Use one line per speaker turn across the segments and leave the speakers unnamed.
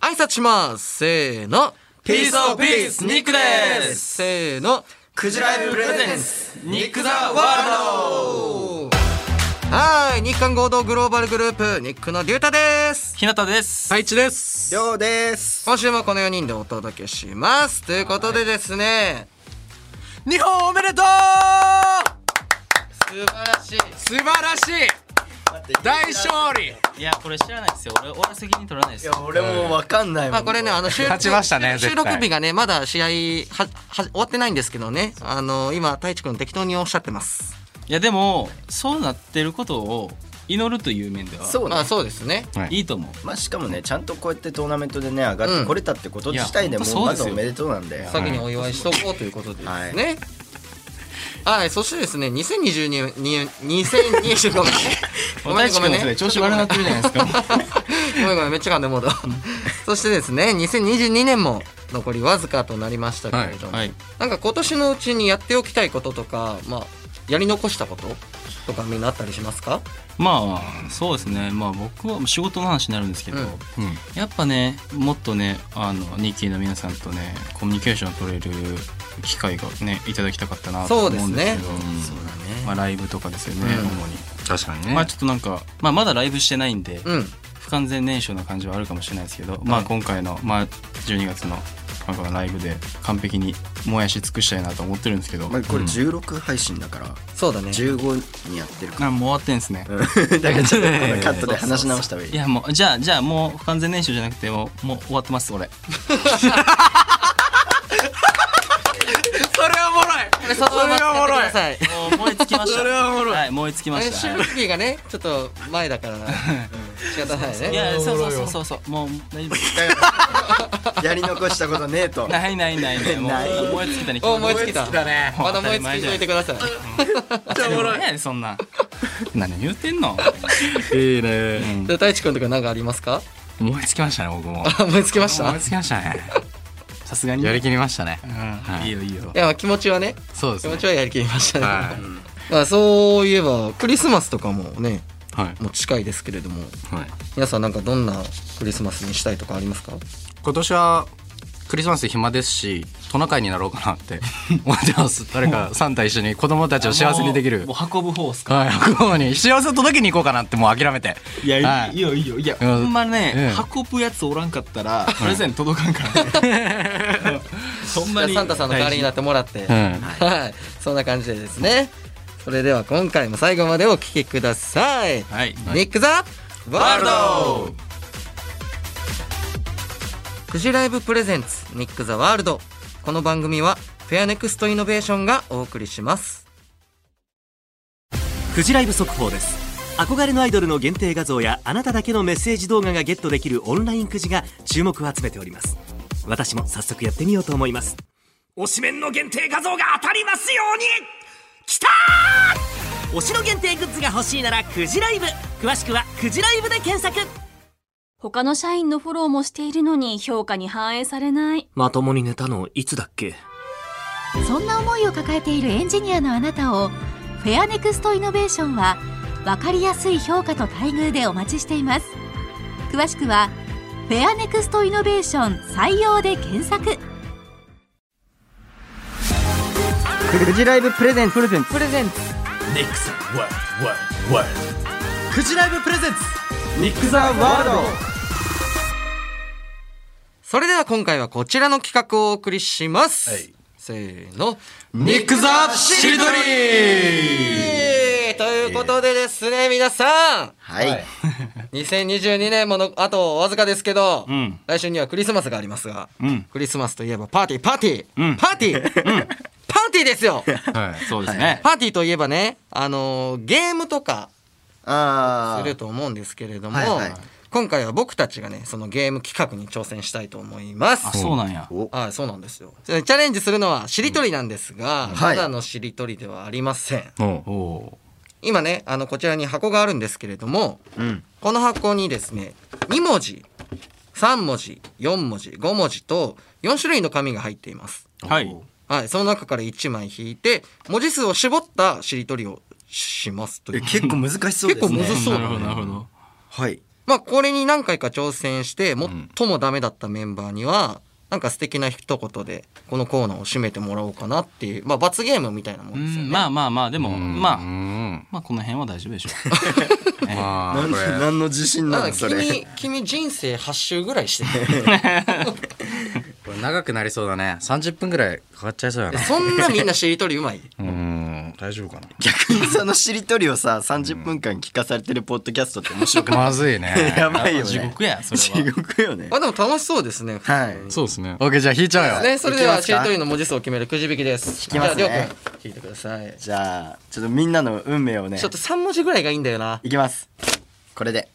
挨拶しますせーの
ピースオブピースニックです
せーの
クジライブプレゼンスニック・ザ・ワールド
はーい日韓合同グローバルグループニックのリュウタです
日向です。
いちです
ようです
今週もこの4人でお届けしますということでですね
日本おめでとう
素晴らしい
素晴らしい大勝利
いや、これ知らないですよ。俺、俺は責任取らないです
い
よ。
や俺もわかんないもん
まあこれねあの収録
勝ちましたね
収
絶
録
対
日がねまだ試合はは終わってないんですけどねあの今太一くん適当におっしゃってます
いや、でも、そうなってることを祈るという面では、
そうね
まあそうですね
はい
いいと思う。
まあしかもねちゃんとこうやってトーナメントでね上がっ
うん
てこれたってこと自体でも
いや
う
本
ま
当
ず
そうです
お
よ
めでとうなんだよ
先にお祝いしとこうということでですね。はい、そしてですね、2022年、2025年。ごめんねごめんね。
調子悪なってるじゃないですか。
ごめんごめん、めっちゃ噛んでもうだ。そしてですね、2022年も残りわずかとなりましたけれども、
はい。
なんか今年のうちにやっておきたいこととか、まあ、やり残したこととかみんなあったりしますか
まあ、そうですね。まあ、僕は仕事の話になるんですけど、
うん
うん
やっぱね、もっとね、あの、ニッキーの皆さんとね、コミュニケーションを取れる機会がね、いただきたかったなと思うんですけど、
そう
うん
だ
まあ、ライブとかですよね、
うん
主に。
確かに
まあ、ちょっとなんか、まあ、まだライブしてないんで、
うん。
不完全燃焼な感じはあるかもしれないですけど、まあ今回の、まあ、12月のなんかのライブで完璧に燃やし尽くしたいなと思ってるんですけど、
まあこれ
うん
16配信だから
そうだね。
15にやってるか
あもう終わってんですね
らだからちょっとこのカットで話し直した方がい
い
い
やもうじゃあじゃあもう不完全燃焼じゃなくてもうもう終わってます俺
それはおもろい
これそのまま使ってください。
もう燃え尽 きました
それはおもろい
はい燃え尽きました、
収
は
録日がね、ちょっと前だから、仕方ないね。
い、いやそうそうそうそうそうもう大丈夫です
やり残したことねえと
ないないないないもう
ない
燃え尽きたに
お燃え尽
き
きた。
ね
まだ燃え尽きといてください。
たに何やねんそんな何言ってんの、
いいうね
ん
で、太一くんとか何かありますか？
燃え尽きましたね僕も
あ燃え尽きまし
燃
た。
え
い
尽きましたね
さすがに
やりきりましたね
うん
はい
いいよいいよ
やまあ気持ちはね、
そうで
気
す
持
ね
ちはやりきりましたね。
は
まあそういえばクリスマスとかもね、
いはい
もう近いですけれども、
はい
皆さんなんかどんなクリスマスにしたいとかありますか？
今年はクリスマス暇ですしトナカイになろうかなって 思ってます誰かサンタ一緒に子供たちを幸せにできる
もう運ぶ方っすか
はい白鵬に幸せを届けに行こうかなってもう諦めて
いや、、
はい
いよいいよいや、
うん
ほんまね、
え
運ぶやつ おらんかったら、プレゼント届かんからね ほん
じ
ま
ゃあ
に
サンタさんの代わりになってもらって、
うん
はい、そんな感じでですね。それでは今回も最後までお聞きください。
はい
ニックザワールド。クジライブプレゼンツニック・ザ・ワールドこの番組はフェアネクストイノベーションがお送りします
フジライブ速報です憧れのアイドルの限定画像やあなただけのメッセージ動画がゲットできるオンラインくじが注目を集めております私も早速やってみようと思います推しメンの限定画像が当たりますようにきたー推しの限定グッズが欲しいならくじライブ詳しくはくじライブで検索
他の社員のフォローもしているのに評価に反映されない。
まともに寝たのいつだっけ
そんな思いを抱えているエンジニアのあなたをフェアネクストイノベーションは分かりやすい評価と待遇でお待ちしています詳しくはフェアネクストイノベーション採用で検索
クジライブプレゼンツプレゼンツプレゼンツ
クジライブプレゼンツ
ニック・ザ・ワールド
それでは今回はこちらの企画をお送りします、せーの
ニック・ザ・しりとり
えーということでですね皆さん
はい
2022年ものあとわずかですけど、
ん
来週にはクリスマスがありますが、
うん
クリスマスといえばパーティーパーティー、
うん
パーティー、パーティーですよ
はい
そうですね、
パーティーといえばねあのーゲームとか
あ
すると思うんですけれども、
はいはい
今回は僕たちがねそのゲーム企画に挑戦したいと思います
あそうなんや
お
はいそうなんですよチャレンジするのはしりとりなんですが、
はい
ただのしりとりではありません
も
おお
今ねあのこちらに箱があるんですけれども
うん
この箱にですね2文字3文字4文字5文字と4種類の紙が入っています
はい
はいその中から1枚引いて文字数を絞ったしりとりをしますとい
え
う
結構難しそう
結
です
構
ね
むずそう
なる
だ
ほどなる
ね
ほど
はい
まあこれに何回か挑戦して最もダメだったメンバーには、なんか素敵な一言でこのコーナーを締めてもらおうかなっていう、まあ、罰ゲームみたいなもんですよね。
まあまあまあでもまあ
うん
まあこの辺は大丈夫でしょ
まあ
何
これ
何の自信な
だ
の
か
そ
ら
れ
君君人生8周ぐらいしてる
これ長くなりそうだね30分ぐらいかかっちゃいそうやな
そんなみんなしりとりうまい
うん大丈夫かな
逆に そのしりとりをさ30分間聞かされてるポッドキャストって面白くな
まずいね
いやばいよ
う
ね
地獄やそ
地
れは
獄よね
あでも楽しそうですね、
はい
そうですね OK じゃあ引いちゃうよ
ね、それではい
きますか
しりとりの文字数を決めるくじ引きです
引きます
じ
ね
ゃありょうくん聞いてください
じゃあちょっとみんなの運命をね
ちょっと3文字ぐらいがいいんだよない
きますこれで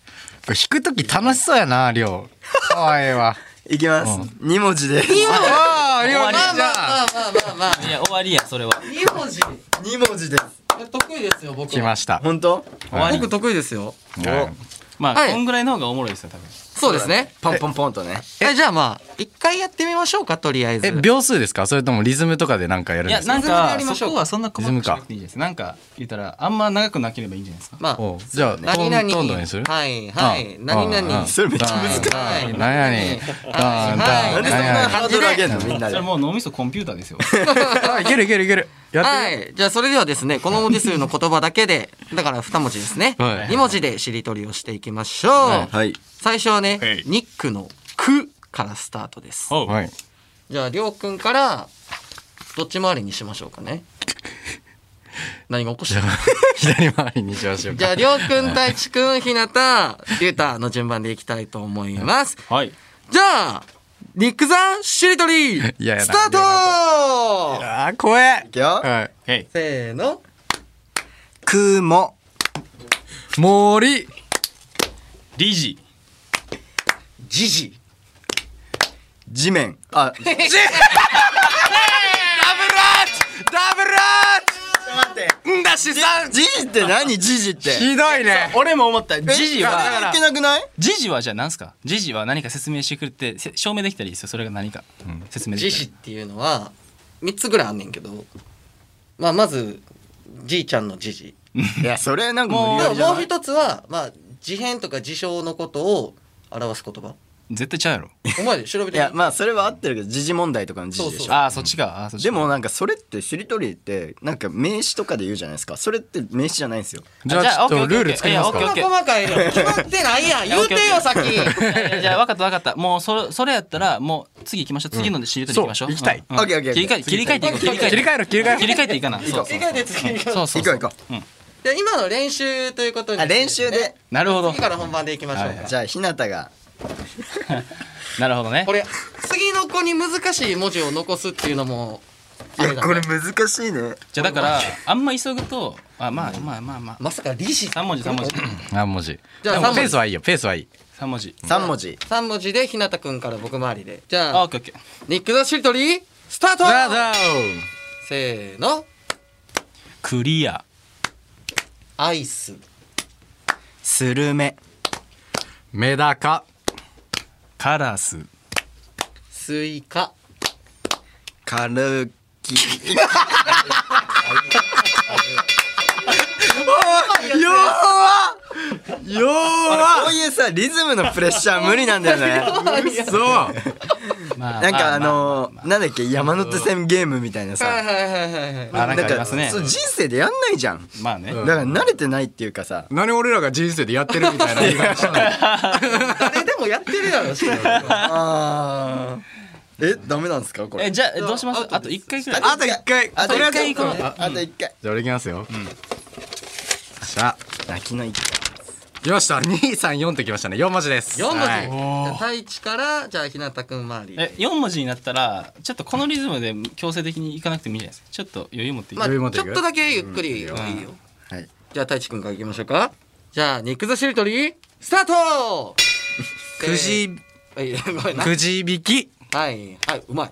これ引く時楽しそうやなりょうかわいいわ
いきます、二文字で
あありょう
まあま
じゃあ
あまあまあまあまあ
いや終わりやそれは
2文字
二文字です
得意ですよ僕
来ました
本当
終わり
僕得意ですよ
はい
ま
は
あ
い
こんぐらいの方がおもろいですよ多分
そうですね
ポンポンポンとね
えじゃあまあ一回やってみましょうかとりあえず
え秒数ですかそれともリズムとかでなんかやるん
い
で
や
すか
なん
リズムでや
か
りましょう
そこはそんな細かくしなくていいですなんか言ったらあんま長くなければいいんじゃないですか
まあ
おうじゃあ
何
トン
々
トントンにする
はいはい何々
それめっちゃ難しい
はい
何やねん
はい
なんでそんなハードル上げんのみんな
そ
で
れもう脳みそコンピューターですよ
いけるいけるいけるやって
はい、じゃあそれではですねこの文字数の言葉だけでだから2文字ですね、
は
2文字でしりとりをしていきましょう、
はい
最初はね、
はい
ニックの「く」からスタートです
おう
はい
じゃありょうくんからどっち回りにしましょうかね何が起こした
左回りにしましょう
じゃ
か
ありょうくん太一くんひなたりゅうたの順番でいきたいと思います
はい
じゃあニックザしりとりス
やいや
タート
あー怖え
いくよ
はい
へい
せーの
雲
森
理事
じじ
地面 あちょっ
ダブル
と待って
アーんだしさん
ジジって何ジジって
ひどいね
俺も思ったジジ
え
は
誰もいけなくない
ジジはじゃあ何すかジジは何か説明してくれてせ証明できたらいいですよそれが何か、説明で
じ
きた
じ
ら
っていうのは3つぐらいあんねんけど、まあ、まずじいちゃんのじじ
いやそれなんか無理
で
や
も
りじゃ
もう
ない
一つは、まあ、事変とか事象のことを表す言葉
絶対ちゃうやろ
お前で調べ
い
て
やまあそれは合ってるけど時事問題とかの時事で
そう
し
そう
ょ
ああそっちかあーそっちか
でもなんかそれってしりとりってなんか名詞とかで言うじゃないですかそれって名詞じゃないんですよ
じゃあちょっとルール作りま
いや
す
オッ
か
ケー
そんな細かいの決まってないやん言うてよさっき
いやいやじゃあ分かった分かったもうそそれやったらもう次行きましょう次のしりとり行きましょう、
そう行きたい
うん
オッケーオッケー
切り替え切り替えていこう切り替え
切り替えろ切り替えろ
切り替えていかなそう
次回で次に
そうそう
行こう行こ
じゃあ今の練習ということに
うあ練習で
なるほど
次から本番でいきましょうか、
はい
じゃあひなたが
なるほどね
これ次の子に難しい文字を残すっていうのもあれだ、ね、
難しいね
じゃあだからあんま急ぐとあまあまあまあまあ
まさか利子
三文字三文字
何文字
じゃあ
でも
三文字
ペースはいいよペースはいい
三文字
三文字
三文字でひなたくんから僕回りでじ
あ
ゃ
オッ
あ
ケーオッケー
ニック・ザ・しりとりスタート
ダダ
せーの
クリア
アイス
スルメ
メダカ
カラス
スイカ
軽き
よ
こういうさリズムのプレッシャー無理なんだよね
ーそう
まあ
なん
ま
かあ
ま
のなんだっけ山手線ゲームみたいな
はい
さ
はいはいはいはい
あなんかあり
か
ますね
そう人生でやんないじゃん
まあね
だから慣れてないっていうかさ
何俺らが人生でやってるみたいな言い 方したのに
誰でもやってるやろし
あー えダメなんですかこ
え
れ
じゃあどうしますあと一回くらい
あと一回あと一
あと一回
回
行こう
あと一回
じゃあ俺いきますよしゃ
泣きの一回
来ました234ってきましたね4文字です
四文字じ
は
ゃ
い
あ太一からじゃあひなたくん回り
え四文字になったらちょっとこのリズムで強制的にいかなくてもいいじゃないですかちょっと余裕持ってい
まあ
く
ち
余裕
ょ
持
っ
っていく
とだけゆっくりいいよ
はい
じゃあ太一くんからいきましょうかじゃあニック・ザ・しりとりスタート
くじ
はいごめんな
くじ引き
はいはいうまい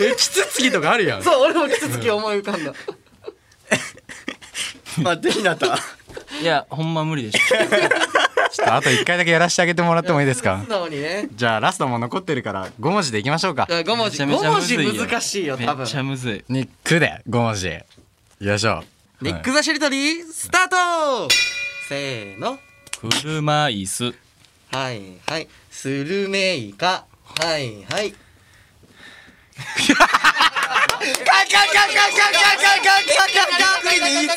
えキツツキとかあるやん
そう俺もキツツキ思い浮かんだ
待ってひなた
いやほんま無理でしょ
ちょっとあと1回だけやらせてあげてもらってもいいですか
素直にね
じゃあラストも残ってるから5文字でいきましょうか
じゃあ5文
め
字
ちゃ
5
めちゃ
文
むず
字
いよ
難しいよ
め
多
っちゃ
分
むずい
にくで5文字よいしょ
ニック・ザ・しりとりスタートせーの
車椅子
はいはいスルメイカはいはい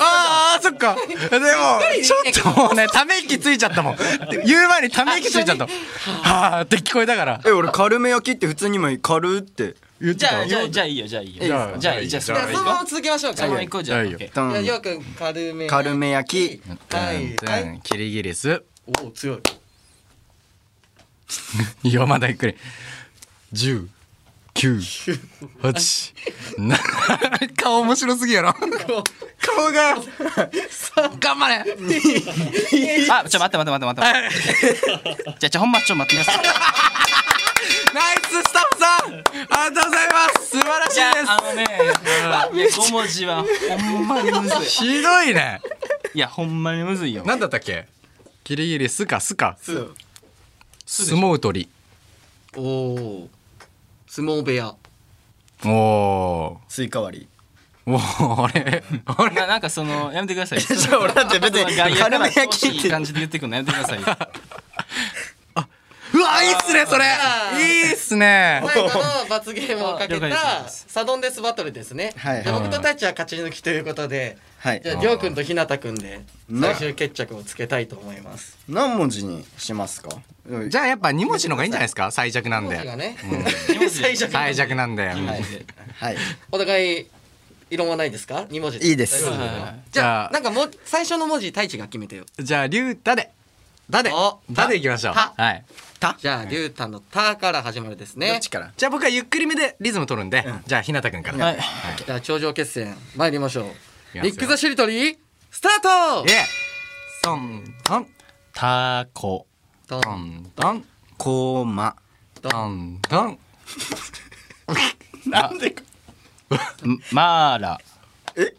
ああそっかでもちょっともう ねため息ついちゃったもん言う前にため息ついちゃったはあって聞こえたから
え俺軽め焼きって普通に今軽って
言って
じゃ
た
あじゃあじゃあいいよじゃあいいよ
じゃあ
じゃあいいじゃあそ
じ
じ
ゃ
れ行
ゃあそ
こ
のまま続きましょう
う
か
そのまま行こうじゃあ
はいよ
OK
うん
じゃありょうくん軽め
軽め焼き
はいはい
キリギリス
おお強い
いやまだゆっくり10 9 8 7顔面白すぎやろ顔が頑張れ
あちょ待って待って待って待ってじゃあじゃあほんまちょっと待ってください
ナイススタッフさんありがとうございます素晴らし
じゃ
いです
ああのね5文字はほんまにむずい
ひどいね
いやほんまにむずいよ
なんだったっけギリギリスかスか
強い
相撲取り
おお相撲部屋
おお
スイカ割り
おおあれあれ
ななんかそのやめてください
じゃあ俺だって別に軽め焼き
い
っ
い
て
感じで言ってくるのやめてくださいよ
うわいいっすねそれいいっすね
最後の罰ゲームをかけ
了解
た
です
サドンデスバトルですね、
はい
で僕と太一は勝ち抜きということで
はい
じゃありょうくんとひなたくんで最終決着をつけたいと思います
何文字にしますか
じゃあやっぱ2文字の方がいいんじゃないですか最弱なん
文字が
で
ね、
最初
最弱なんで
はい
お互い異論はないですか二文字
いいで
大
す
丈夫じ
じ
ゃ
ゃ
あ
あ
なんかもう最初の文字太一が決めてよ
じゃあ龍太でだで
お
だでいきましょう
た
はい
じゃありゅうたの「た」から始まるですね
力
じゃあ僕はゆっくりめでリズム取るんでじゃあひなたくんから
は
はいい
じゃあ頂上決戦参りましょう
きますよ
ニック・ザ・しりとりスタート
えトントン
タコ
ト
ト
ン
ントン
コーマ
トントン
マーラ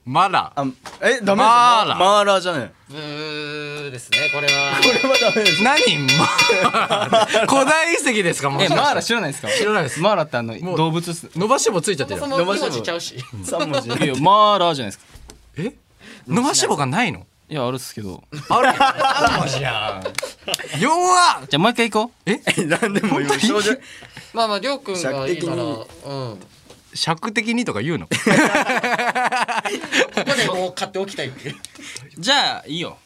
まだ
あえダメです
マーラ
マーラじゃね
ブーですね これは
えこれはダメです
何マーラ古代遺跡ですかもし
え
かして
マーラ知らないですか
知らないです
マーラってあの
もう
動物っす
伸ばし棒ついちゃって
そ
る
もそも二文字ちゃうし
3文 字
いやマーラじゃないですか
え伸ばし棒がないの
いやあるっすけどじゃ
あれ3文字やん弱っ
あもう一回行こう
何でも今少女
まあまありょうくんがいいからうん
尺
ここ
尺的にとか言うの
でもう買っておきたいっていう
じゃあいいよ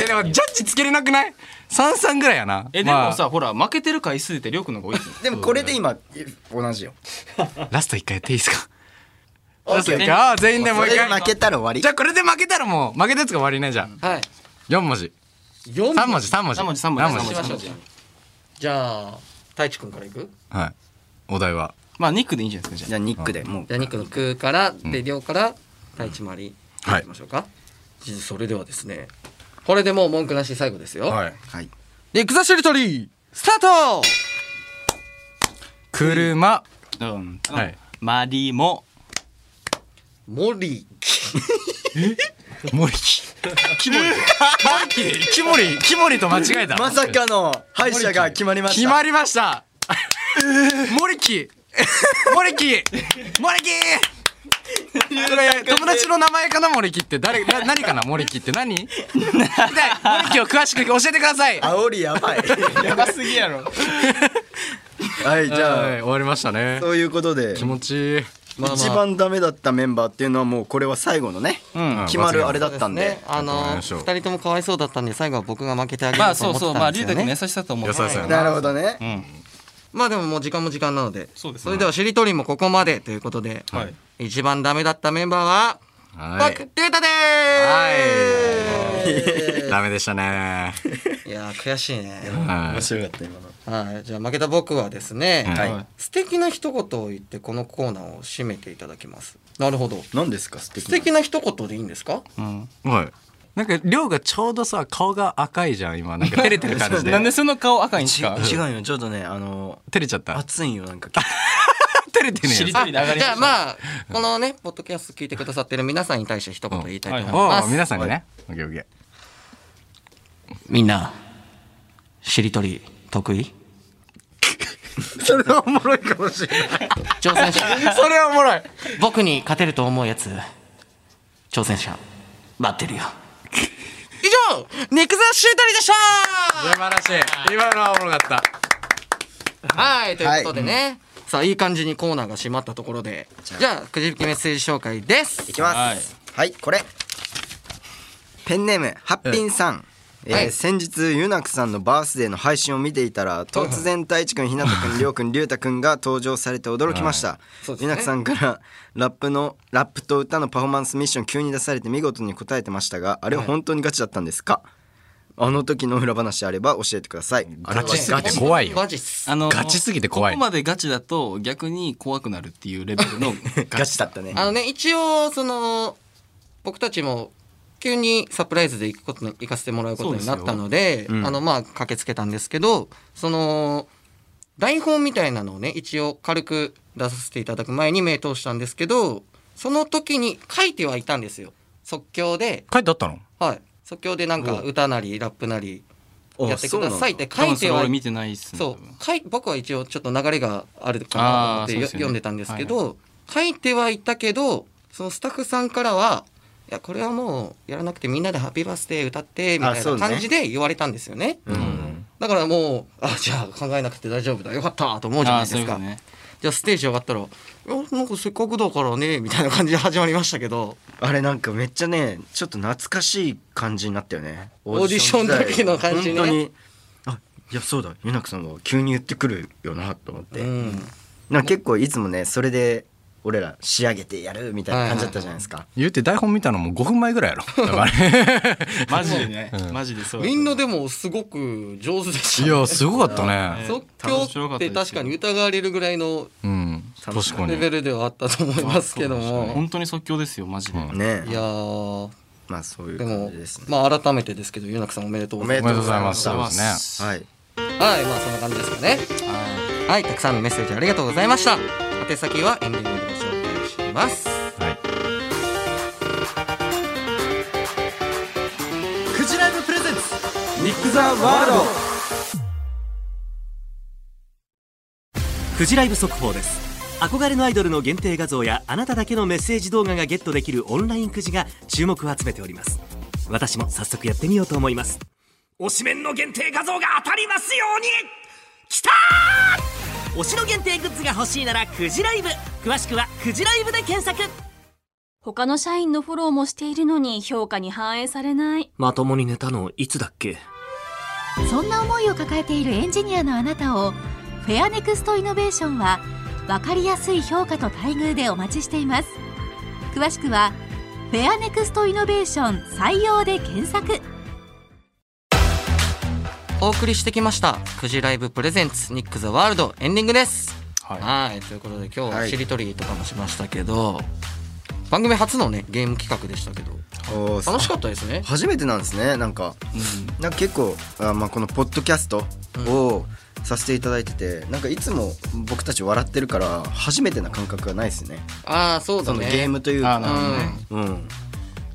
えでもジャッジつけれなくない三三ぐらいやな
えでもさ、ほら負けてる回数ってりょうくんの方が多いですよ
でもこれで今同じよ
まあラスト一回やっていいですか
ー
ラスト一回あー全員でもう一
これで
回
負けたら終わり
じゃあこれで負けたらもう負けたやつが終わりねじゃあ
はい
四文字
四
三文字三文字
三文字三文字
しま
三
しょ
文
うじゃあ太一くんからいく
はいお題は
まあニックでいいんじゃないですか
じ
じゃ
ゃあニックでもう
じゃあ肉の空からで量から太一回り
はい
いきましょうか、じそれではですねこれでもう文句なし最後ですよ、
はい
はい
リクザシルトリースタート
車
あうん
はい
マリモ
森
森 木木森木森木森と間違えた
まさかの敗者が決まりました
決まりました。 森木。森木。森木。これ友達の名前かな森木って誰な何かな森木って何？聞きたい森木を詳しく教えてください。は
煽りやばい
やばすぎやろ
はいじゃ
い
あ
終わりましたね。
そういうことで
気持ちいい。
まあまあ
一番ダメだったメンバーっていうのはもうこれは最後のね
うん
決まるあれだったん
ね
で
あの
わかりまし
二
ょう
人ともかわいそうだったんで最後は僕が負けてあげる
まあ
と
そう
思っ
そ
て
うま
た
あ
んで
リュ
す
ウタくん
よ
の
ね
優しさと思う
優しさや
なるほどね
うん
まあでももう時間も時間なので
そうですね
それではしりとりもここまでということで、
はい
一番ダメだったメンバーは
は
バク
い。
デュータでー
ダメでしたね。
すいやー悔しいね
はい。
白かった今の
はい、じゃあ負けた僕はですね、
はい
素敵な一言を言ってこのコーナーを締めていただきますなるほど
何ですか素敵
素
な
敵な一言でいいんですか
うん
はい。なんか亮がちょうどさ顔が赤いじゃん今なんか照れてる感じで。
なんでその顔赤いんです
ち
か
違うよちょっとねあの
照れちゃった。
熱いよなんか
照れてね
知り
え
た
よ。
いで上がり
じ
ま
ゃ
し
あ
た
まあこのねポッドキャスト聞いてくださってる皆さんに対して一言言いたいと思い
お
ます、
ー皆さんにね。オッケーオッケー。
みんなしりとり得意
それはおもろいかもしれない
挑戦者
それはおもろい
僕に勝てると思うやつ挑戦者待ってるよ以上肉座シュートリでした
素晴らしい今のはおもろかった
はいということでね、さあいい感じにコーナーが閉まったところでじゃあくじ引きメッセージ紹介です
いきますはい、これペンネームハッピンさん、えー
はい
先日ユナクさんのバースデーの配信を見ていたら突然太一くんひなたくんりょうくんりゅうたくんが登場されて驚きました、
そうですね
ユナクさんからラップのラップと歌のパフォーマンスミッション急に出されて見事に答えてましたがあれは本当にガチだったんですか、あの時の裏話あれば教えてください
ガチすぎて怖いよ
マジっす
あの
ガチすぎて怖い
ここまでガチだと逆に怖くなるっていうレベルの
ガチだったね
あのね一応その僕たちも急にサプライズで行くことに行かせてもらうことになったので
ようん
あのまあ駆けつけたんですけどその台本みたいなのをね一応軽く出させていただく前に目通したんですけどその時に書いてはいたんですよ即興で
書いてあったの
はい即興でなんか歌なりラップなりやってくださいって書
多
い
分そ
て
れ
は
俺見てないっすね
そ
多分
う書い僕は一応ちょっと流れがあるかなと思って
あーそう
よ
ですよね
読んでたんですけど、書いてはいたけどそのスタッフさんからはいやこれはもうやらなくてみんなで「ハッピーバースデー」歌ってみた
あ
い
そう
な
ね
感じで言われたんですよね
うん
だからもうあじゃあ考えなくて大丈夫だよかったと思うじゃ
あ
な
あ
い
そ
で
う
す
いう
か
ことね
じゃあステージ上がったら「いやなんかせっかくだからね」みたいな感じで始まりましたけど
あれなんかめっちゃねちょっと懐かしい感じになったよね
オーディションの時の感じね
本当にあいやそうだユナクさんが急に言ってくるよなと思って、
うん
なんか結構いつもねそれで俺ら仕上げてやるみたいな感じだったじゃないですか、
言うて台本見たのも5分前ぐらいや ろだからね
マジでね、マジでそう
みんなでもすごく上手でし
い
たね
やすごかったね
即興って確かに疑われるぐらいの
うん確か
レ
に
ベルではあったと思いますけども。
本当に即興ですよマジで、
うん
ね
いやー
まあそういう
で
感
も
じですね、
まあ改めてですけど、ゆなくさんおめでとうござい
お
ます。
めでとうございますそうですね
は
は
い
い、まあそんな感じですかね。はい、たくさんのメッセージありがとうございました。宛先はエンディングでご紹介します。
はい
クジライブプレゼンツ
ニック・ザ・ワールド
フジライブ速報です憧れのアイドルの限定画像やあなただけのメッセージ動画がゲットできるオンラインくじが注目を集めております私も早速やってみようと思います推しメンの限定画像が当たりますようにきたー推しの限定グッズが欲しいならくじライブ詳しくはくじライブで検索
他の社員のフォローもしているのに評価に反映されない。
まともに寝たのいつだっけ
そんな思いを抱えているエンジニアのあなたをフェアネクストイノベーションは分かりやすい評価と待遇でお待ちしています詳しくはフェアネクストイノベーション採用で検索
お送りしてきました、くじライブプレゼンツ、ニック・ザ・ワールド、エンディングです。はい、ということで今日はしりとりとかもしましたけど、番組初のね、ゲーム企画でしたけど、
おー
楽しかったですね。
初めてなんですねなんか、なんか結構あ、まあ、このポッドキャストをさせていただいてて、なんかいつも僕たち笑ってるから初めてな感覚がないですね
ああ、そうだ
その
ね。
ゲームという
あ
か、
ーなるほどね、
うん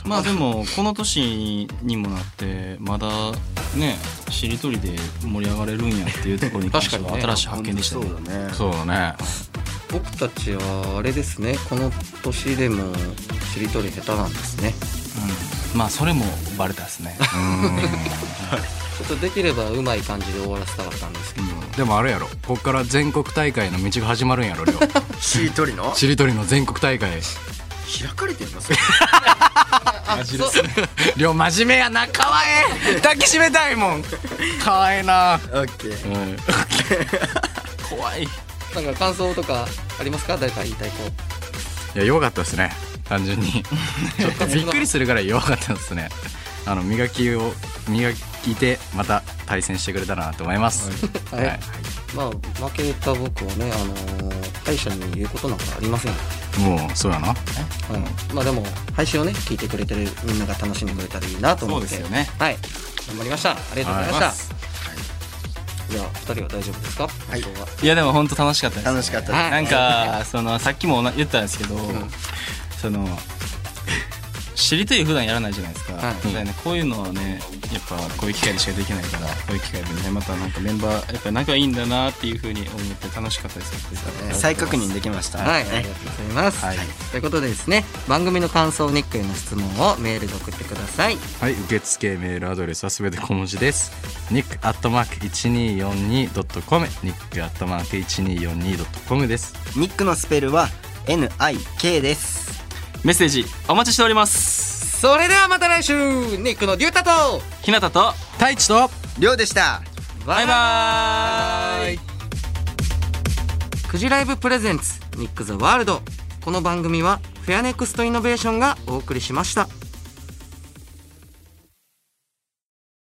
まあでもこの年にもなってまだねしりとりで盛り上がれるんやっていうところに関して
確
は
かにね
新しい発見でしたね
そうだね
そうだね
僕たちはあれですねこの年でもしりとり下手なんですね
うんまあそれもバレたですね
ちょっとできればうまい感じで終わらせたかったんですけど、
でもあれやろこっから全国大会の道が始まるん やろりょう
しりとりの
しりとりの全国大会
開かれてるのそれ
りょう真面目やなかわえ抱きしめたいもんかわえな
オッケー
怖い
なんか感想とかありますか誰か言いたいこ
いや良かったですね単純にちょっとびっくりするぐらい弱かったですねあの磨きを磨いてまた対戦してくれたらなと思います、
はいまあ負けた僕はねあのー歯医者に言うことなんかありません、
もうそうやな
はい、まあでも配信をね聞いてくれてるみんなが楽しんでくれたらいいなと思って
そうですよね
はい頑張りましたありがとうございました、じゃあ2人は大丈夫ですか、はい、今日はい
やでも本当楽しかったです
楽しかったです
はい
なんかそのさっきもな言ったんですけど、そのしりとり普段やらないじゃないですか、
はい
だからねこういうのはねやっぱこういう機会でしかできないからこういう機会でねまたなんかメンバーやっぱ仲いいんだなっていうふうに思って楽しかったです
えー再確認できました。
はい、ありがとうございます、
はい
ということでですね番組の感想ニックへの質問をメールで送ってください
はい、受付メールアドレスはすべて小文字です。ニックアットマーク一二四二ドットコム、ニックアットマーク一二四二ドットコムです。
ニックのスペルは N I K です。
メッセージお待ちしております
それではまた来週ニックのデュータと
ひなたと
太一と
りょうでした。
バイバイクジライブプレゼンツニック・ザ・ワールドこの番組はフェアネクストイノベーションがお送りしました